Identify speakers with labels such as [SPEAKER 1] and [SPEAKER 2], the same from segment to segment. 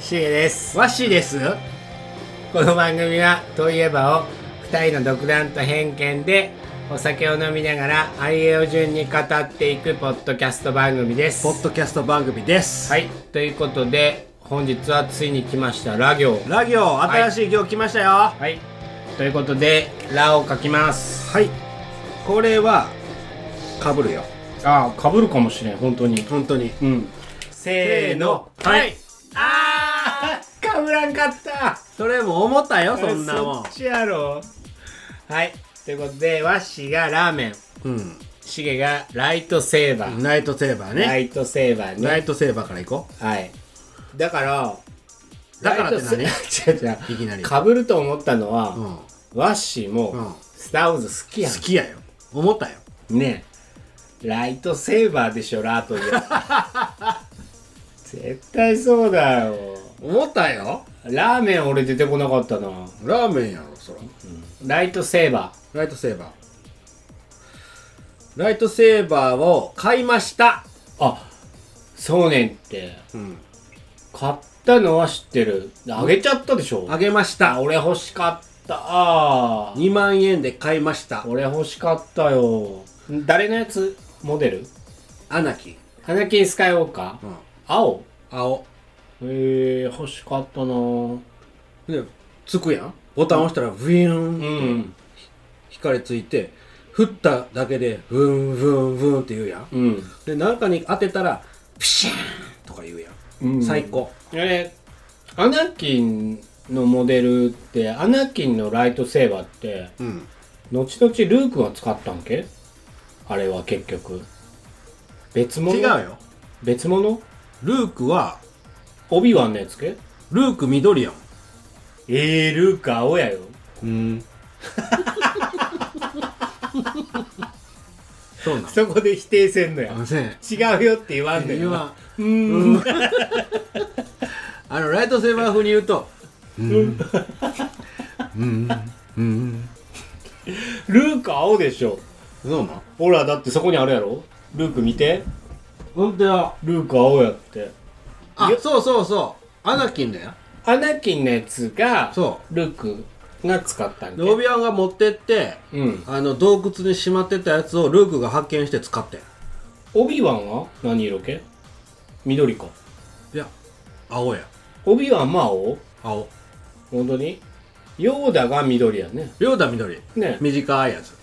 [SPEAKER 1] シゲです
[SPEAKER 2] わしです
[SPEAKER 1] この番組は「といえば」を2人の独断と偏見でお酒を飲みながらありえを順に語っていくポッドキャスト番組です
[SPEAKER 2] ポッドキャスト番組です、
[SPEAKER 1] はいということで本日はついに来ましたラ行
[SPEAKER 2] ラ行新しい行来ましたよは
[SPEAKER 1] はいということで「ラ」を書きます
[SPEAKER 2] い、これはかぶるよ
[SPEAKER 1] ああかぶるかもしれん本当に
[SPEAKER 2] 本当に
[SPEAKER 1] うんせーの
[SPEAKER 2] はい
[SPEAKER 1] あーかぶらんかった
[SPEAKER 2] それも思ったよそんなもん
[SPEAKER 1] そっちやろはいということでわしがラーメン
[SPEAKER 2] う
[SPEAKER 1] しげがライトセーバー、
[SPEAKER 2] んナイトセーバー
[SPEAKER 1] ラ
[SPEAKER 2] ね
[SPEAKER 1] イトセーバー
[SPEAKER 2] ナ
[SPEAKER 1] ね
[SPEAKER 2] イトセーバーからいこ
[SPEAKER 1] はいだから
[SPEAKER 2] うだからって何
[SPEAKER 1] ライトセ違う違う
[SPEAKER 2] いきなり
[SPEAKER 1] かぶると思ったのは、
[SPEAKER 2] うん好
[SPEAKER 1] ワッシーも、
[SPEAKER 2] うん
[SPEAKER 1] スター・ウォーズ好きやん
[SPEAKER 2] きやよ思ったよ
[SPEAKER 1] ねえライトセーバーでしょラートで 絶対そうだよ
[SPEAKER 2] 思ったよ
[SPEAKER 1] ラーメン俺出てこなかったな
[SPEAKER 2] ラーメンやろそら
[SPEAKER 1] ライトセーバ
[SPEAKER 2] ライトセーバーライトセーバーを買いました
[SPEAKER 1] ーあそうねんって
[SPEAKER 2] うん
[SPEAKER 1] 買ったのは知ってるあげちゃったでしょ
[SPEAKER 2] あげました
[SPEAKER 1] 俺欲しかったあー
[SPEAKER 2] 2万円で買いました
[SPEAKER 1] 俺欲しかったよ誰のやつモデル
[SPEAKER 2] アナキ、
[SPEAKER 1] アナキン・スカイウォーカー
[SPEAKER 2] ん、
[SPEAKER 1] 青
[SPEAKER 2] 青
[SPEAKER 1] へえ欲しかったなうん
[SPEAKER 2] でつくやんボタン押したらブイーン、
[SPEAKER 1] うん
[SPEAKER 2] 光ついて振っただけでブンブンブンって言うやん
[SPEAKER 1] うん
[SPEAKER 2] で何かに当てたらプシャーンとか言うやん、
[SPEAKER 1] うん
[SPEAKER 2] 最高
[SPEAKER 1] あれアナキンのモデルってアナキンのライトセーバーって
[SPEAKER 2] うん
[SPEAKER 1] 後々ルークが使ったんけあれは結局別物
[SPEAKER 2] 違うよ
[SPEAKER 1] 別物
[SPEAKER 2] ルークは
[SPEAKER 1] オビワンのやつけ
[SPEAKER 2] ルーク緑やん
[SPEAKER 1] ええー、ルーク青やよ
[SPEAKER 2] うんそうなん
[SPEAKER 1] そこで否定せんのや
[SPEAKER 2] あせん
[SPEAKER 1] 違うよって言わんのや
[SPEAKER 2] 言わん
[SPEAKER 1] うーん
[SPEAKER 2] あのライトセーバー風に言うとうんうんうん
[SPEAKER 1] ルーク青でしょ
[SPEAKER 2] そうなん
[SPEAKER 1] ほらだってそこにあるやろルーク見て
[SPEAKER 2] 本当や
[SPEAKER 1] ルーク青やって
[SPEAKER 2] あ
[SPEAKER 1] いや
[SPEAKER 2] そうそうそうアナキンだよ
[SPEAKER 1] アナキンのやつが
[SPEAKER 2] そ
[SPEAKER 1] ルークが使ったん
[SPEAKER 2] で
[SPEAKER 1] で
[SPEAKER 2] オビワンが持ってって
[SPEAKER 1] うん
[SPEAKER 2] あの洞窟にしまってたやつをルークが発見して使ってん
[SPEAKER 1] オビワンは何色系緑か
[SPEAKER 2] いや青や
[SPEAKER 1] オビワンも青
[SPEAKER 2] 青
[SPEAKER 1] 本当にヨーダが緑やね
[SPEAKER 2] ヨーダ緑
[SPEAKER 1] ね
[SPEAKER 2] 短いやつ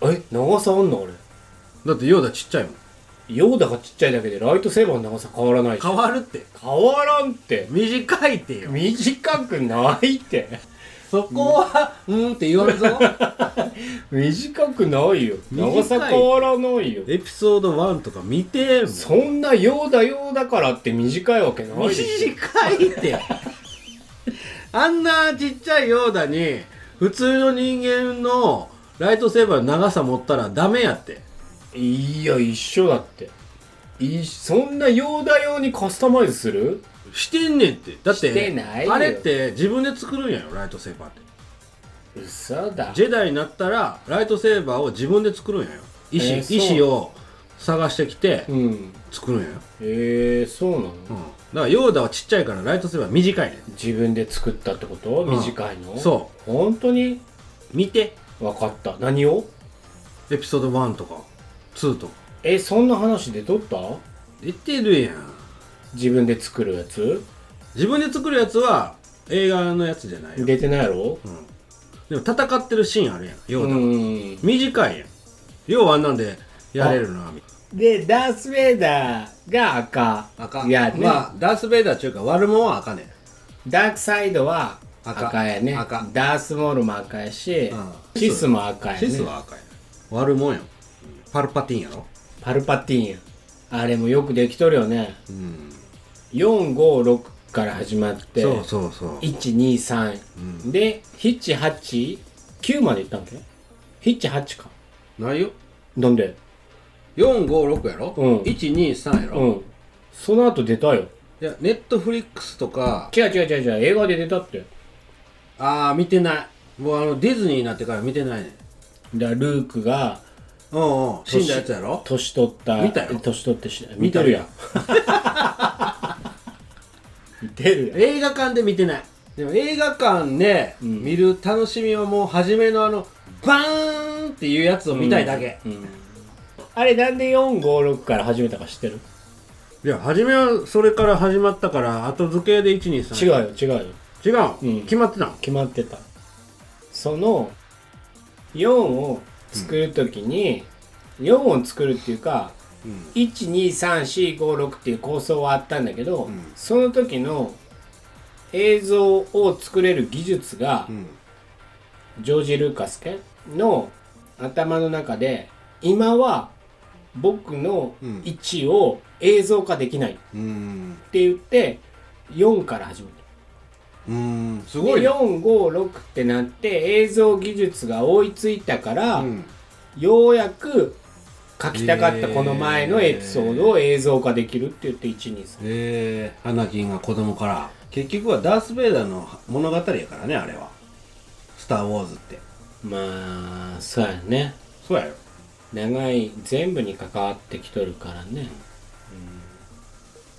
[SPEAKER 1] え長さあんの俺
[SPEAKER 2] だってヨーダちっちゃいもん
[SPEAKER 1] ヨーダがちっちゃいだけでライトセーバーの長さ変わらないし
[SPEAKER 2] 変わるって
[SPEAKER 1] 変わらんって
[SPEAKER 2] 短いってよ
[SPEAKER 1] 短くないって
[SPEAKER 2] そこはうんって言わんぞ
[SPEAKER 1] 短くないよ
[SPEAKER 2] 短い
[SPEAKER 1] 長さ変わらないよ
[SPEAKER 2] エピソード1とか見ても
[SPEAKER 1] そんなようだようだからって短いわけないでし
[SPEAKER 2] 短いってあんなちっちゃいようだに普通の人間のライトセーバーの長さ持ったらダメやって
[SPEAKER 1] ょいや一緒だっていそんなようだ用にカスタマイズする
[SPEAKER 2] してんねんってだっ
[SPEAKER 1] してないよ
[SPEAKER 2] あれって自分で作るんやよライトセーバーって
[SPEAKER 1] 嘘だ
[SPEAKER 2] ジェダイになったらライトセーバーを自分で作るんやよ石,、
[SPEAKER 1] えーそう
[SPEAKER 2] 石を探してきて
[SPEAKER 1] うん
[SPEAKER 2] 作るんやよ、
[SPEAKER 1] えー、そうなの、
[SPEAKER 2] うん、だからヨーダはちっちゃいからライトセーバー短いね
[SPEAKER 1] 自分で作ったってこと、
[SPEAKER 2] うん
[SPEAKER 1] 短いの
[SPEAKER 2] んそ
[SPEAKER 1] 本当に
[SPEAKER 2] う見て
[SPEAKER 1] 分かった何を
[SPEAKER 2] エピソード1とか2とか
[SPEAKER 1] えそんな話でとった
[SPEAKER 2] 出てるやん
[SPEAKER 1] 自分で作るやつ
[SPEAKER 2] 自分で作るやつは映画のやつじゃないよ、
[SPEAKER 1] 出てないやろ
[SPEAKER 2] うん、でも戦ってるシーンあるやん
[SPEAKER 1] う
[SPEAKER 2] 要は、
[SPEAKER 1] ん
[SPEAKER 2] 短いやん要はあんなんでやれるなみたい
[SPEAKER 1] でダース・ベイダーが赤
[SPEAKER 2] な
[SPEAKER 1] 赤いやね、
[SPEAKER 2] まあダース・ベイダーっていうか悪者はあかね
[SPEAKER 1] ダークサイドは
[SPEAKER 2] 赤
[SPEAKER 1] 赤やね
[SPEAKER 2] 赤
[SPEAKER 1] ダースモールも赤やし、
[SPEAKER 2] うん
[SPEAKER 1] シスも赤や
[SPEAKER 2] ん
[SPEAKER 1] ね
[SPEAKER 2] シスは赤や悪者やんパルパティンやろ
[SPEAKER 1] パルパティーンやあれもよくできとるよね
[SPEAKER 2] うん
[SPEAKER 1] 456から始まって
[SPEAKER 2] そうそうそう
[SPEAKER 1] 123、
[SPEAKER 2] うん
[SPEAKER 1] で789までいったんけ78か
[SPEAKER 2] ないよ
[SPEAKER 1] なんで
[SPEAKER 2] 456やろ、
[SPEAKER 1] うん
[SPEAKER 2] 123やろ、
[SPEAKER 1] う
[SPEAKER 2] い
[SPEAKER 1] んその後出たよ
[SPEAKER 2] やネットフリックスとか
[SPEAKER 1] 違う違う違う違う映画で出たって
[SPEAKER 2] ああ見てないもうあのディズニーになってから見てないね
[SPEAKER 1] だからルークが
[SPEAKER 2] うんうん死んだやつやろ
[SPEAKER 1] 年取った
[SPEAKER 2] 見たよ
[SPEAKER 1] 年取ってし見てるやん見てるよ
[SPEAKER 2] 映画館で見てないでも映画館で
[SPEAKER 1] うん
[SPEAKER 2] 見る楽しみはもう初めのあのバーンっていうやつを見たいだけ、
[SPEAKER 1] うんうんあれなんで456から始めたか知ってる
[SPEAKER 2] いや初めはそれから始まったから後付けで123
[SPEAKER 1] 違うよ違うよ
[SPEAKER 2] 違う、
[SPEAKER 1] うん
[SPEAKER 2] 決まってたの
[SPEAKER 1] 決まってたその4を作るときに、4を作るっていうか
[SPEAKER 2] うん
[SPEAKER 1] 123456っていう構想はあったんだけど、
[SPEAKER 2] うん
[SPEAKER 1] その時の映像を作れる技術が、
[SPEAKER 2] うん
[SPEAKER 1] ジョージ・ルーカス系の頭の中で今は僕の
[SPEAKER 2] うん
[SPEAKER 1] 位置を映像化できないって
[SPEAKER 2] うん
[SPEAKER 1] 言って4から始めた。
[SPEAKER 2] うんす
[SPEAKER 1] で
[SPEAKER 2] ごいね
[SPEAKER 1] 456ってなって映像技術が追いついたから、
[SPEAKER 2] うん
[SPEAKER 1] ようやく書きたかったこの前のエピソードを映像化できるって言って123
[SPEAKER 2] えー、アナキンが子供から結局はダース・ベイダーの物語やからねあれは「スター・ウォーズ」って
[SPEAKER 1] まあそうやね
[SPEAKER 2] そうやよ
[SPEAKER 1] 長い全部に関わってきとるからね、うん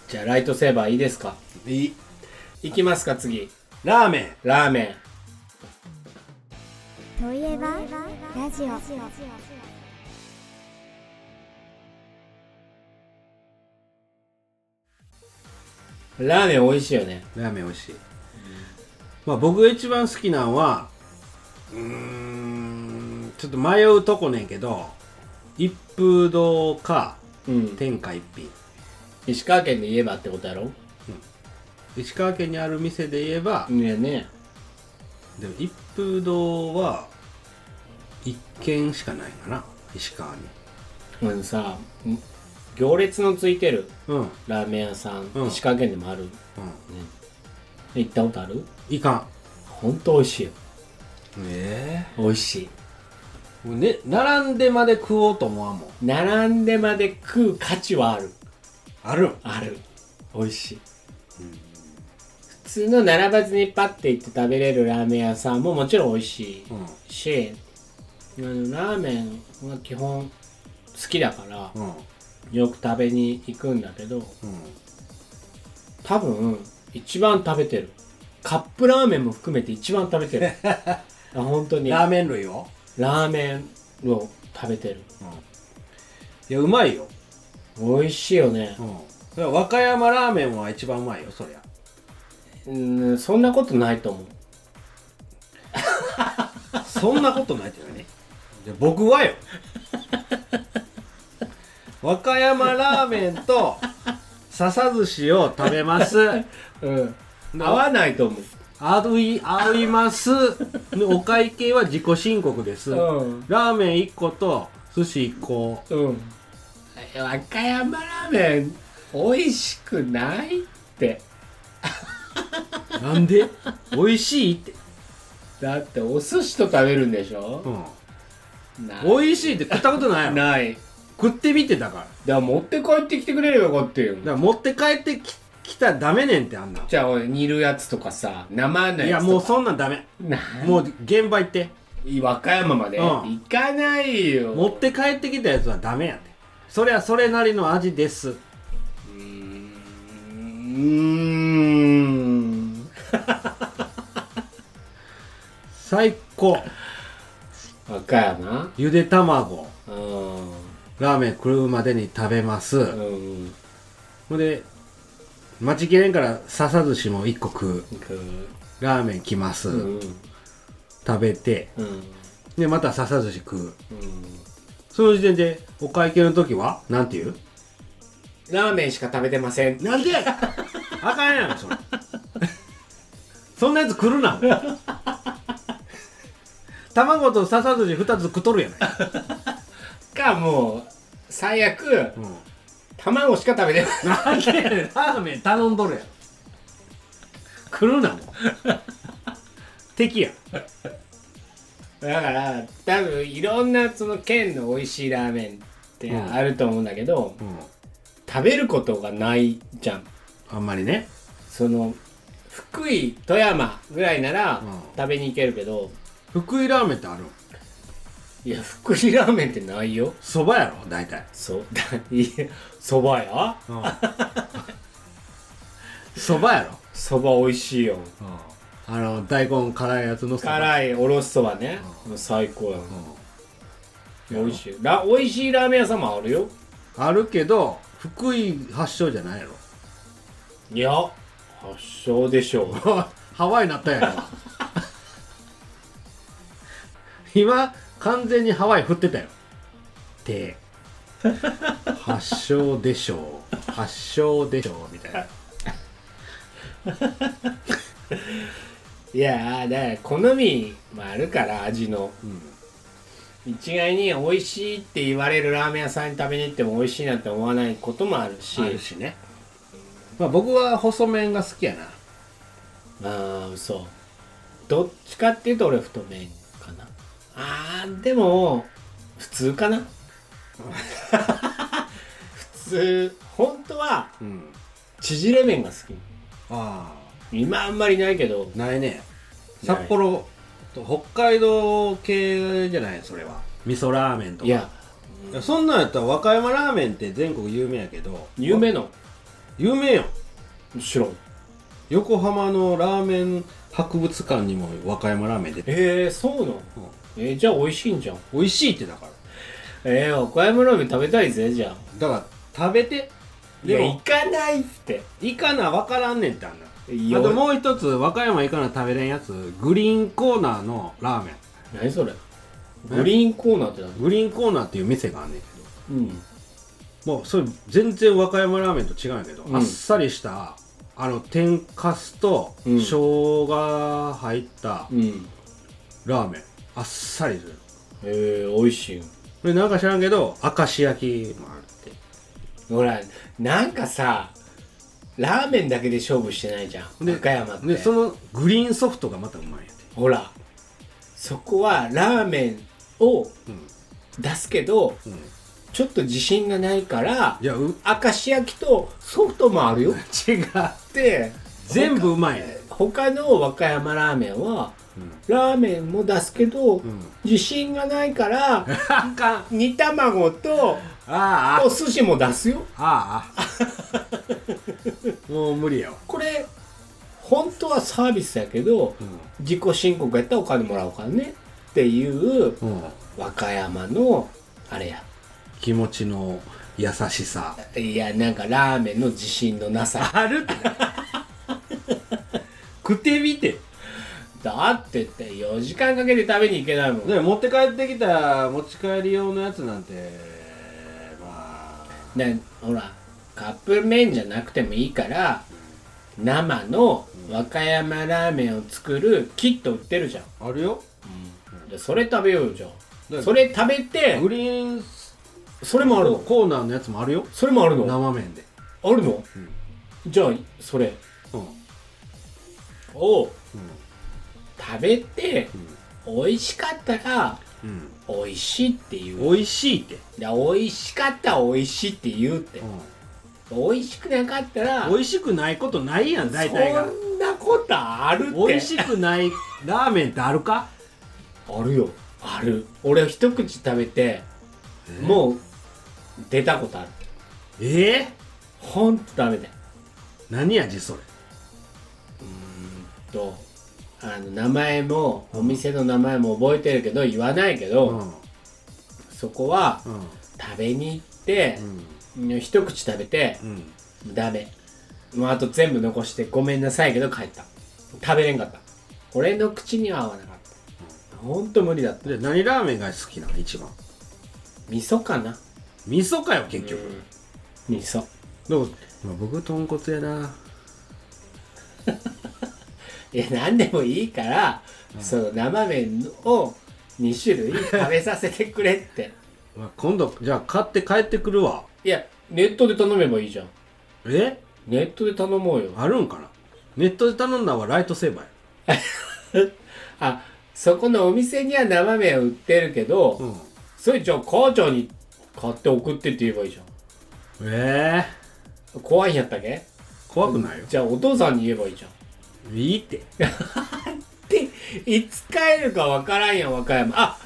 [SPEAKER 1] じゃあライトセーバーいいですか
[SPEAKER 2] いい
[SPEAKER 1] いきますか次
[SPEAKER 2] ラーメン
[SPEAKER 1] ラーメ
[SPEAKER 3] といえばラジオ
[SPEAKER 1] ンラーメン美味しいよね
[SPEAKER 2] ラーメン美味しい、まあ僕が一番好きなんはうーんちょっと迷うとこねんけど一風堂か
[SPEAKER 1] うん
[SPEAKER 2] 天下一品
[SPEAKER 1] 石川県で言えばってことやろ
[SPEAKER 2] 石川県にある店で言えば、
[SPEAKER 1] いやね
[SPEAKER 2] でも一風堂は一軒しかないかな石川に
[SPEAKER 1] あのさん行列のついてる
[SPEAKER 2] うんうん
[SPEAKER 1] ラーメン屋さん、
[SPEAKER 2] うん
[SPEAKER 1] 石川県でもあるね行ったことある
[SPEAKER 2] いかん
[SPEAKER 1] ほんと美味しいよ
[SPEAKER 2] え
[SPEAKER 1] 美味しい
[SPEAKER 2] えね並んでまで食おうと思わんもん
[SPEAKER 1] 並んでまで食う価値はある
[SPEAKER 2] あるん
[SPEAKER 1] ある美味しい、普通の並ばずにパッて行って食べれるラーメン屋さんももちろん美味しい
[SPEAKER 2] うん
[SPEAKER 1] し、あのラーメンは基本好きだから
[SPEAKER 2] うん
[SPEAKER 1] よく食べに行くんだけど
[SPEAKER 2] うん
[SPEAKER 1] 多分一番食べてるカップラーメンも含めて一番食べて るあ本当に
[SPEAKER 2] ラー
[SPEAKER 1] ラ
[SPEAKER 2] メン類を
[SPEAKER 1] ーメンを食べてる
[SPEAKER 2] いやうまいよ
[SPEAKER 1] 美味しいよね
[SPEAKER 2] うんそれは和歌山ラーメンは一番うまいよそりゃ
[SPEAKER 1] うんそんなことないと思う
[SPEAKER 2] そんなことないってねで僕はよ和歌山ラーメンと笹寿司を食べます
[SPEAKER 1] うん合わないと思
[SPEAKER 2] あうい合いますお会計は自己申告です、
[SPEAKER 1] うん
[SPEAKER 2] ラーメン1個と寿司1個
[SPEAKER 1] ううん和歌山ラーメン美味しくないって
[SPEAKER 2] なんで美味しいって、
[SPEAKER 1] だってお寿司と食べるんでしょ
[SPEAKER 2] うん、
[SPEAKER 1] な
[SPEAKER 2] 美味しいって食ったことないやろ
[SPEAKER 1] ないだか
[SPEAKER 2] 食ってみてだからだから
[SPEAKER 1] 持って帰ってきてくれればよかったよ
[SPEAKER 2] ら持って帰ってききたらダメねんってあんな
[SPEAKER 1] じゃあ俺煮るやつとかさ生の
[SPEAKER 2] い
[SPEAKER 1] や
[SPEAKER 2] や
[SPEAKER 1] つとか
[SPEAKER 2] もうそんなんダメ
[SPEAKER 1] なん
[SPEAKER 2] もう現場行って
[SPEAKER 1] 和歌山まで
[SPEAKER 2] うん
[SPEAKER 1] 行かないよ、
[SPEAKER 2] 持って帰ってきたやつはダメやってそりゃそれなりの味です
[SPEAKER 1] うーん
[SPEAKER 2] 最高
[SPEAKER 1] 和歌山
[SPEAKER 2] ゆで卵
[SPEAKER 1] うん
[SPEAKER 2] ラーメン食うまでに食べます
[SPEAKER 1] うん
[SPEAKER 2] ほんで待ちきれんから笹寿司も1個食うラーメン来ます、
[SPEAKER 1] うん
[SPEAKER 2] 食べて
[SPEAKER 1] うん
[SPEAKER 2] でまた笹寿司食う
[SPEAKER 1] うん
[SPEAKER 2] その時点でお会計の時はなんて言う
[SPEAKER 1] ラーメンしか食べてません
[SPEAKER 2] なんでやあかんやんそれそんなやつ来るな卵と笹寿司2つ食っとるやない、
[SPEAKER 1] かもう最悪
[SPEAKER 2] うん
[SPEAKER 1] 卵しか食べてない
[SPEAKER 2] なんでやねんラーメン頼んどるやん来るなもん 敵やん
[SPEAKER 1] だから多分いろんなその県の美味しいラーメンって
[SPEAKER 2] うん
[SPEAKER 1] あると思うんだけど、食べることがないじゃん
[SPEAKER 2] あんまりね
[SPEAKER 1] その福井富山ぐらいなら
[SPEAKER 2] うん
[SPEAKER 1] 食べに行けるけど、
[SPEAKER 2] 福井ラーメンってある
[SPEAKER 1] いや福井ラーメンってないよ
[SPEAKER 2] そばやろ大体
[SPEAKER 1] そうだいやそばや
[SPEAKER 2] そばやろ
[SPEAKER 1] そば美味しいよ
[SPEAKER 2] うんあの大根辛いやつのそば
[SPEAKER 1] 辛いおろしそばね、最高やな、
[SPEAKER 2] うん
[SPEAKER 1] 美味しいら美味しいラーメン屋さんもあるよ
[SPEAKER 2] あるけど福井発祥じゃないやろ
[SPEAKER 1] いや発祥でしょう
[SPEAKER 2] ハワイなったやろ今完全にハワイ振ってたよて発祥でしょう発祥でしょうみたいない
[SPEAKER 1] やーだから好みもあるから味の、一概に美味しいって言われるラーメン屋さんに食べに行っても美味しいなって思わないこともあるし
[SPEAKER 2] あるしね、まあ、僕は細麺が好きやな
[SPEAKER 1] ああそうどっちかっていうと俺太麺かなあーでも普通か な普通本当は
[SPEAKER 2] うん
[SPEAKER 1] 縮れ麺が好き
[SPEAKER 2] あ
[SPEAKER 1] 今あんまりないけど
[SPEAKER 2] あないね
[SPEAKER 1] ない
[SPEAKER 2] 札幌と北海道系じゃないそれは味噌ラーメンとか
[SPEAKER 1] いや
[SPEAKER 2] いやそんなんやったら和歌山ラーメンって全国有名やけど
[SPEAKER 1] 有名の
[SPEAKER 2] 有名よ
[SPEAKER 1] むしろ
[SPEAKER 2] 横浜のラーメン博物館にも和歌山ラーメン出て
[SPEAKER 1] えー、そうなの、えーじゃあ美味しいんじゃん
[SPEAKER 2] 美味しいってだから
[SPEAKER 1] えー、岡山ラーメン食べたいぜじゃあ
[SPEAKER 2] だから食べて
[SPEAKER 1] で
[SPEAKER 2] で
[SPEAKER 1] も行
[SPEAKER 2] も
[SPEAKER 1] かないって
[SPEAKER 2] 行かな分からんねんってあんな
[SPEAKER 1] よ
[SPEAKER 2] あともう一つ和歌山行かな食べれんやつグリーンコーナーのラーメン
[SPEAKER 1] 何それグリーンコーナーって何
[SPEAKER 2] グリーンコーナーっていう店があんねんけど
[SPEAKER 1] うん
[SPEAKER 2] もうそれ全然和歌山ラーメンと違うんやけど、
[SPEAKER 1] うん
[SPEAKER 2] あっさりしたあの天かすと
[SPEAKER 1] うん
[SPEAKER 2] 生姜入った
[SPEAKER 1] うん
[SPEAKER 2] ラーメン、あっさりする
[SPEAKER 1] えー、美味しい
[SPEAKER 2] でなんか知らんけど明石焼きもあるって
[SPEAKER 1] ほらなんかさラーメンだけで勝負してないじゃん
[SPEAKER 2] で
[SPEAKER 1] 和歌山って、
[SPEAKER 2] でそのグリーンソフトがまたうまいんやて
[SPEAKER 1] ほらそこはラーメンを出すけど、
[SPEAKER 2] ん
[SPEAKER 1] ちょっと自信がないから
[SPEAKER 2] いやう違う
[SPEAKER 1] 明石焼きとソフトもあるよって
[SPEAKER 2] 全部うまいね
[SPEAKER 1] 他の和歌山ラーメンは、
[SPEAKER 2] ん
[SPEAKER 1] ラーメンも出すけど、
[SPEAKER 2] ん
[SPEAKER 1] 自信がない から
[SPEAKER 2] あかんあ
[SPEAKER 1] 煮卵と
[SPEAKER 2] あ
[SPEAKER 1] お寿司も出すよ
[SPEAKER 2] あああもう無理やわ
[SPEAKER 1] これ本当はサービスやけど、自己申告やったらお金もらおうからねっていう
[SPEAKER 2] うん
[SPEAKER 1] 和歌山のあれや
[SPEAKER 2] 気持ちの優しさ
[SPEAKER 1] いやなんかラーメンの自信のなさ
[SPEAKER 2] あるって食ってみて
[SPEAKER 1] だってって4時間かけて食べに行けないもん
[SPEAKER 2] で持って帰ってきた持ち帰り用のやつなんてまあ
[SPEAKER 1] ねほらカップ麺じゃなくてもいいから生の和歌山ラーメンを作るキット売ってるじゃん、
[SPEAKER 2] あるよ
[SPEAKER 1] でそれ食べようよじゃ
[SPEAKER 2] だ
[SPEAKER 1] んそれ食べて
[SPEAKER 2] グリーン
[SPEAKER 1] それもあるの
[SPEAKER 2] コーナーのやつもあるよ
[SPEAKER 1] それもあるの
[SPEAKER 2] 生麺で、
[SPEAKER 1] あるの、じゃあそれ
[SPEAKER 2] うん、
[SPEAKER 1] を食べて、美味しかったら
[SPEAKER 2] うん、
[SPEAKER 1] 美味しいって言う
[SPEAKER 2] 美味しいって、
[SPEAKER 1] いや美味しかったら美味しいって言うって、美味しくなかったら
[SPEAKER 2] 美味しくないことないやん大体が
[SPEAKER 1] そんなことあるって
[SPEAKER 2] 美味しくないラーメンってあるか
[SPEAKER 1] あるよある俺一口食べてもう出たことある
[SPEAKER 2] ええ
[SPEAKER 1] ほんとダメだよ
[SPEAKER 2] 何味それ
[SPEAKER 1] とあの名前もお店の名前も覚えてるけど言わないけど、
[SPEAKER 2] うん
[SPEAKER 1] そこは
[SPEAKER 2] うん
[SPEAKER 1] 食べに行って
[SPEAKER 2] う、ん
[SPEAKER 1] 一口食べて
[SPEAKER 2] う、ん
[SPEAKER 1] ダメもうあと全部残してごめんなさいけど帰った食べれんかった俺の口には合わなかったほんと無理だった
[SPEAKER 2] で何ラーメンが好きなの一番
[SPEAKER 1] 味噌かな
[SPEAKER 2] 味噌かよ結局、
[SPEAKER 1] 味噌
[SPEAKER 2] でもまあ僕豚骨やない
[SPEAKER 1] や何でもいいから、その生麺を2種 類食べさせてくれって
[SPEAKER 2] まあ今度じゃあ買って帰ってくるわ
[SPEAKER 1] いやネットで頼めばいいじゃん
[SPEAKER 2] え
[SPEAKER 1] ネットで頼もうよ
[SPEAKER 2] あるんかなネットで頼んだんはライトセーバーや
[SPEAKER 1] あそこのお店には生麺売ってるけど、
[SPEAKER 2] うん
[SPEAKER 1] それじゃあ母ちゃんに買って送ってって言えばいいじゃん
[SPEAKER 2] ええ
[SPEAKER 1] 怖いんやったっけ
[SPEAKER 2] 怖くないよ
[SPEAKER 1] じゃあお父さんに言えばいいじゃん
[SPEAKER 2] いいって
[SPEAKER 1] っていつ帰るかわからんやん和歌山あ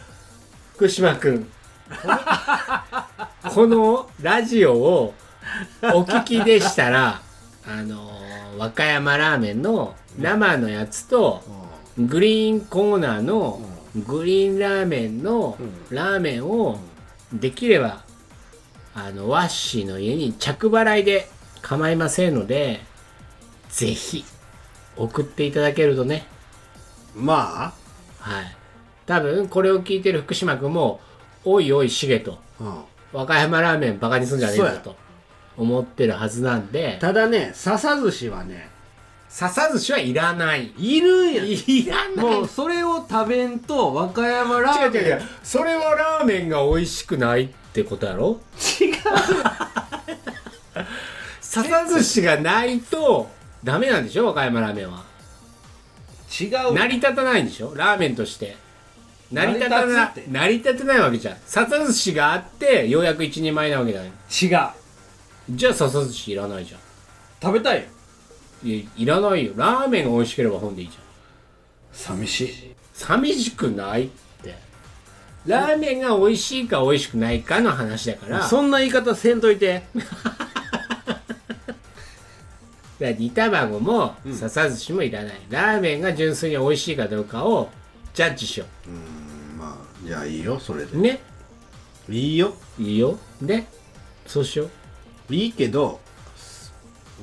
[SPEAKER 1] 福島君このこのラジオをお聞きでしたらあのー和歌山ラーメンの生のやつと
[SPEAKER 2] うん
[SPEAKER 1] グリーンコーナーの
[SPEAKER 2] う
[SPEAKER 1] グリーンラーメンの
[SPEAKER 2] う
[SPEAKER 1] ラーメンをできればあのワッシーの家に着払いで構いませんのでぜひ送っていただけるとね
[SPEAKER 2] ま
[SPEAKER 1] はい多分これを聞いてる福島君も「おいおいしげ」と
[SPEAKER 2] あ、うん
[SPEAKER 1] 「和歌山ラーメンバカにすんじゃねえ
[SPEAKER 2] そう
[SPEAKER 1] ぞ」
[SPEAKER 2] や
[SPEAKER 1] と思ってるはずなんで
[SPEAKER 2] ただね笹寿司はね
[SPEAKER 1] 笹寿司はいらない
[SPEAKER 2] いるんや
[SPEAKER 1] いらない
[SPEAKER 4] もうそれを食べんと和歌山ラ
[SPEAKER 1] 違う
[SPEAKER 4] ーメン
[SPEAKER 1] 違う違うそれはラーメンが美味しくないってことやろ
[SPEAKER 2] 違う
[SPEAKER 1] 笹寿司がないとダメなんでしょ和歌山ラーメンは
[SPEAKER 2] 違う
[SPEAKER 1] 成り立たないんでしょラーメンとして成り立た
[SPEAKER 2] 成り
[SPEAKER 1] な
[SPEAKER 2] 立つって
[SPEAKER 1] 成り立てないわけじゃん笹寿司があってようやく一人前なわけだよ
[SPEAKER 2] 違う
[SPEAKER 1] じゃあ笹寿司いらないじゃ
[SPEAKER 2] 食べたいよ
[SPEAKER 1] んいやいらないよラーメンが美味しければ本でいいじゃん
[SPEAKER 2] 寂しい
[SPEAKER 1] 寂しくないってラーメンが美味しいか美味しくないかの話だから
[SPEAKER 2] そんな言い方せんといて
[SPEAKER 1] だから煮卵も
[SPEAKER 2] うん
[SPEAKER 1] 笹寿司もいらない、ラーメンが純粋に美味しいかどうかをジャッジしよ
[SPEAKER 2] まあじゃあいいよそれ
[SPEAKER 1] うね
[SPEAKER 2] いいよ
[SPEAKER 1] いいよねそうしよう
[SPEAKER 2] いいけど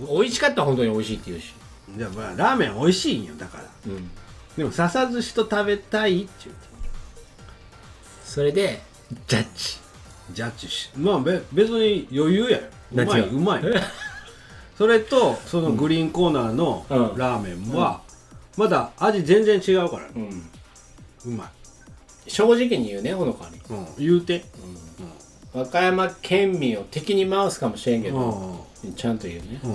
[SPEAKER 1] 美味しかったら本当に美味しいって言うし
[SPEAKER 2] じゃあまあラーメン美味しいんよだから
[SPEAKER 1] うん
[SPEAKER 2] でも笹寿司と食べたいって言って
[SPEAKER 1] それでジャッジ
[SPEAKER 2] ジャッジしまあべ別に余裕やよう
[SPEAKER 1] 何
[SPEAKER 2] まい
[SPEAKER 1] 違う
[SPEAKER 2] うまい それとそのグリーンコーナーの
[SPEAKER 1] うん
[SPEAKER 2] ラーメンはまだ味全然違うからね
[SPEAKER 1] うん
[SPEAKER 2] うまい
[SPEAKER 1] 正直に言うねほのかに
[SPEAKER 2] うん言うて
[SPEAKER 1] 和歌山県民を敵に回すかもしれんけ
[SPEAKER 2] うん
[SPEAKER 1] ど、ちゃんと言うね
[SPEAKER 2] うん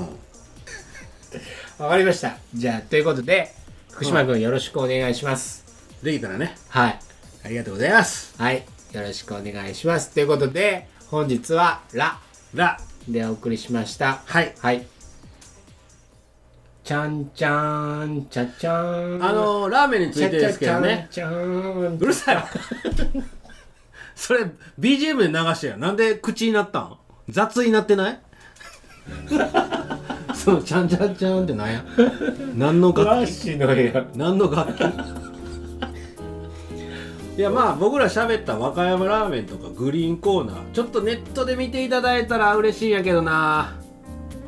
[SPEAKER 1] わかりましたじゃあということで福島君よろしくお願いします、
[SPEAKER 2] できたらね
[SPEAKER 1] はい
[SPEAKER 2] ありがとうございます
[SPEAKER 1] はいよろしくお願いしますということで本日は「ラ」
[SPEAKER 2] ラ
[SPEAKER 1] でお送りしました
[SPEAKER 2] はい
[SPEAKER 1] はいちゃんちゃんちゃちゃん
[SPEAKER 2] あのーラーメンについ
[SPEAKER 1] ち
[SPEAKER 2] て
[SPEAKER 1] ゃち
[SPEAKER 2] で
[SPEAKER 1] ゃ
[SPEAKER 2] す
[SPEAKER 1] ち
[SPEAKER 2] けど
[SPEAKER 1] ゃ
[SPEAKER 2] ね
[SPEAKER 1] んちゃん
[SPEAKER 2] うるさいわ それ BGM で流してよなんで口になったん雑になってない そのちゃんちゃんちゃんってなんや何の
[SPEAKER 1] ワ
[SPEAKER 2] 楽
[SPEAKER 1] ッ
[SPEAKER 2] 器
[SPEAKER 1] シーの部屋
[SPEAKER 2] 何の楽器 いやまあ僕ら喋った和歌山ラーメンとかグリーンコーナーちょっとネットで見ていただいたら嬉しいんやけどな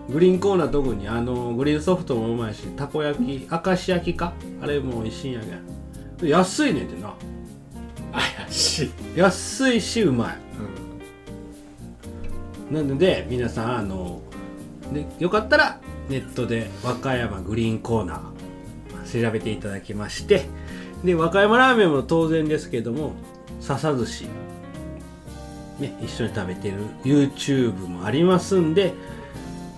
[SPEAKER 2] グリーンコーナー特にあのグリーンソフトもうまいしたこ焼き明石焼きかあれも美味しいんやけど安いねんてな
[SPEAKER 1] 怪しい、
[SPEAKER 2] 安いしうまい
[SPEAKER 1] うん、
[SPEAKER 2] なので皆さんあの、ね、よかったらネットで和歌山グリーンコーナー調べていただきましてで和歌山ラーメンも当然ですけども笹寿司、ね、一緒に食べてる YouTube もありますんで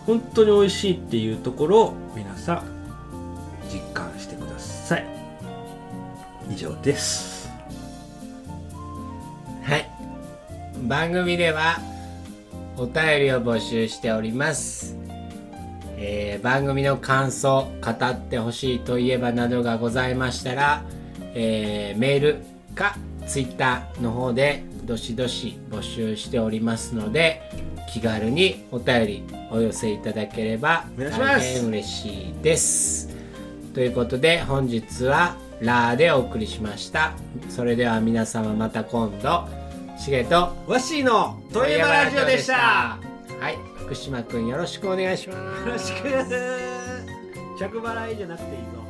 [SPEAKER 2] 本当に美味しいっていうところを皆さん実感してください以上です
[SPEAKER 1] はい番組ではお便りを募集しております、えー番組の感想語ってほしいといえばなどがございましたら、えーメールかツイッターの方でどしどし募集しておりますので気軽にお便りお寄せいただければ
[SPEAKER 2] お願いしま
[SPEAKER 1] 大
[SPEAKER 2] す
[SPEAKER 1] 変嬉しいですということで本日は「ラー」でお送りしましたそれでは皆様また今度しげと
[SPEAKER 2] わっしーの「といえばラジオ」でした
[SPEAKER 1] はい福島くんよろしくお願いします
[SPEAKER 2] よろしく着払いじゃなくていいぞ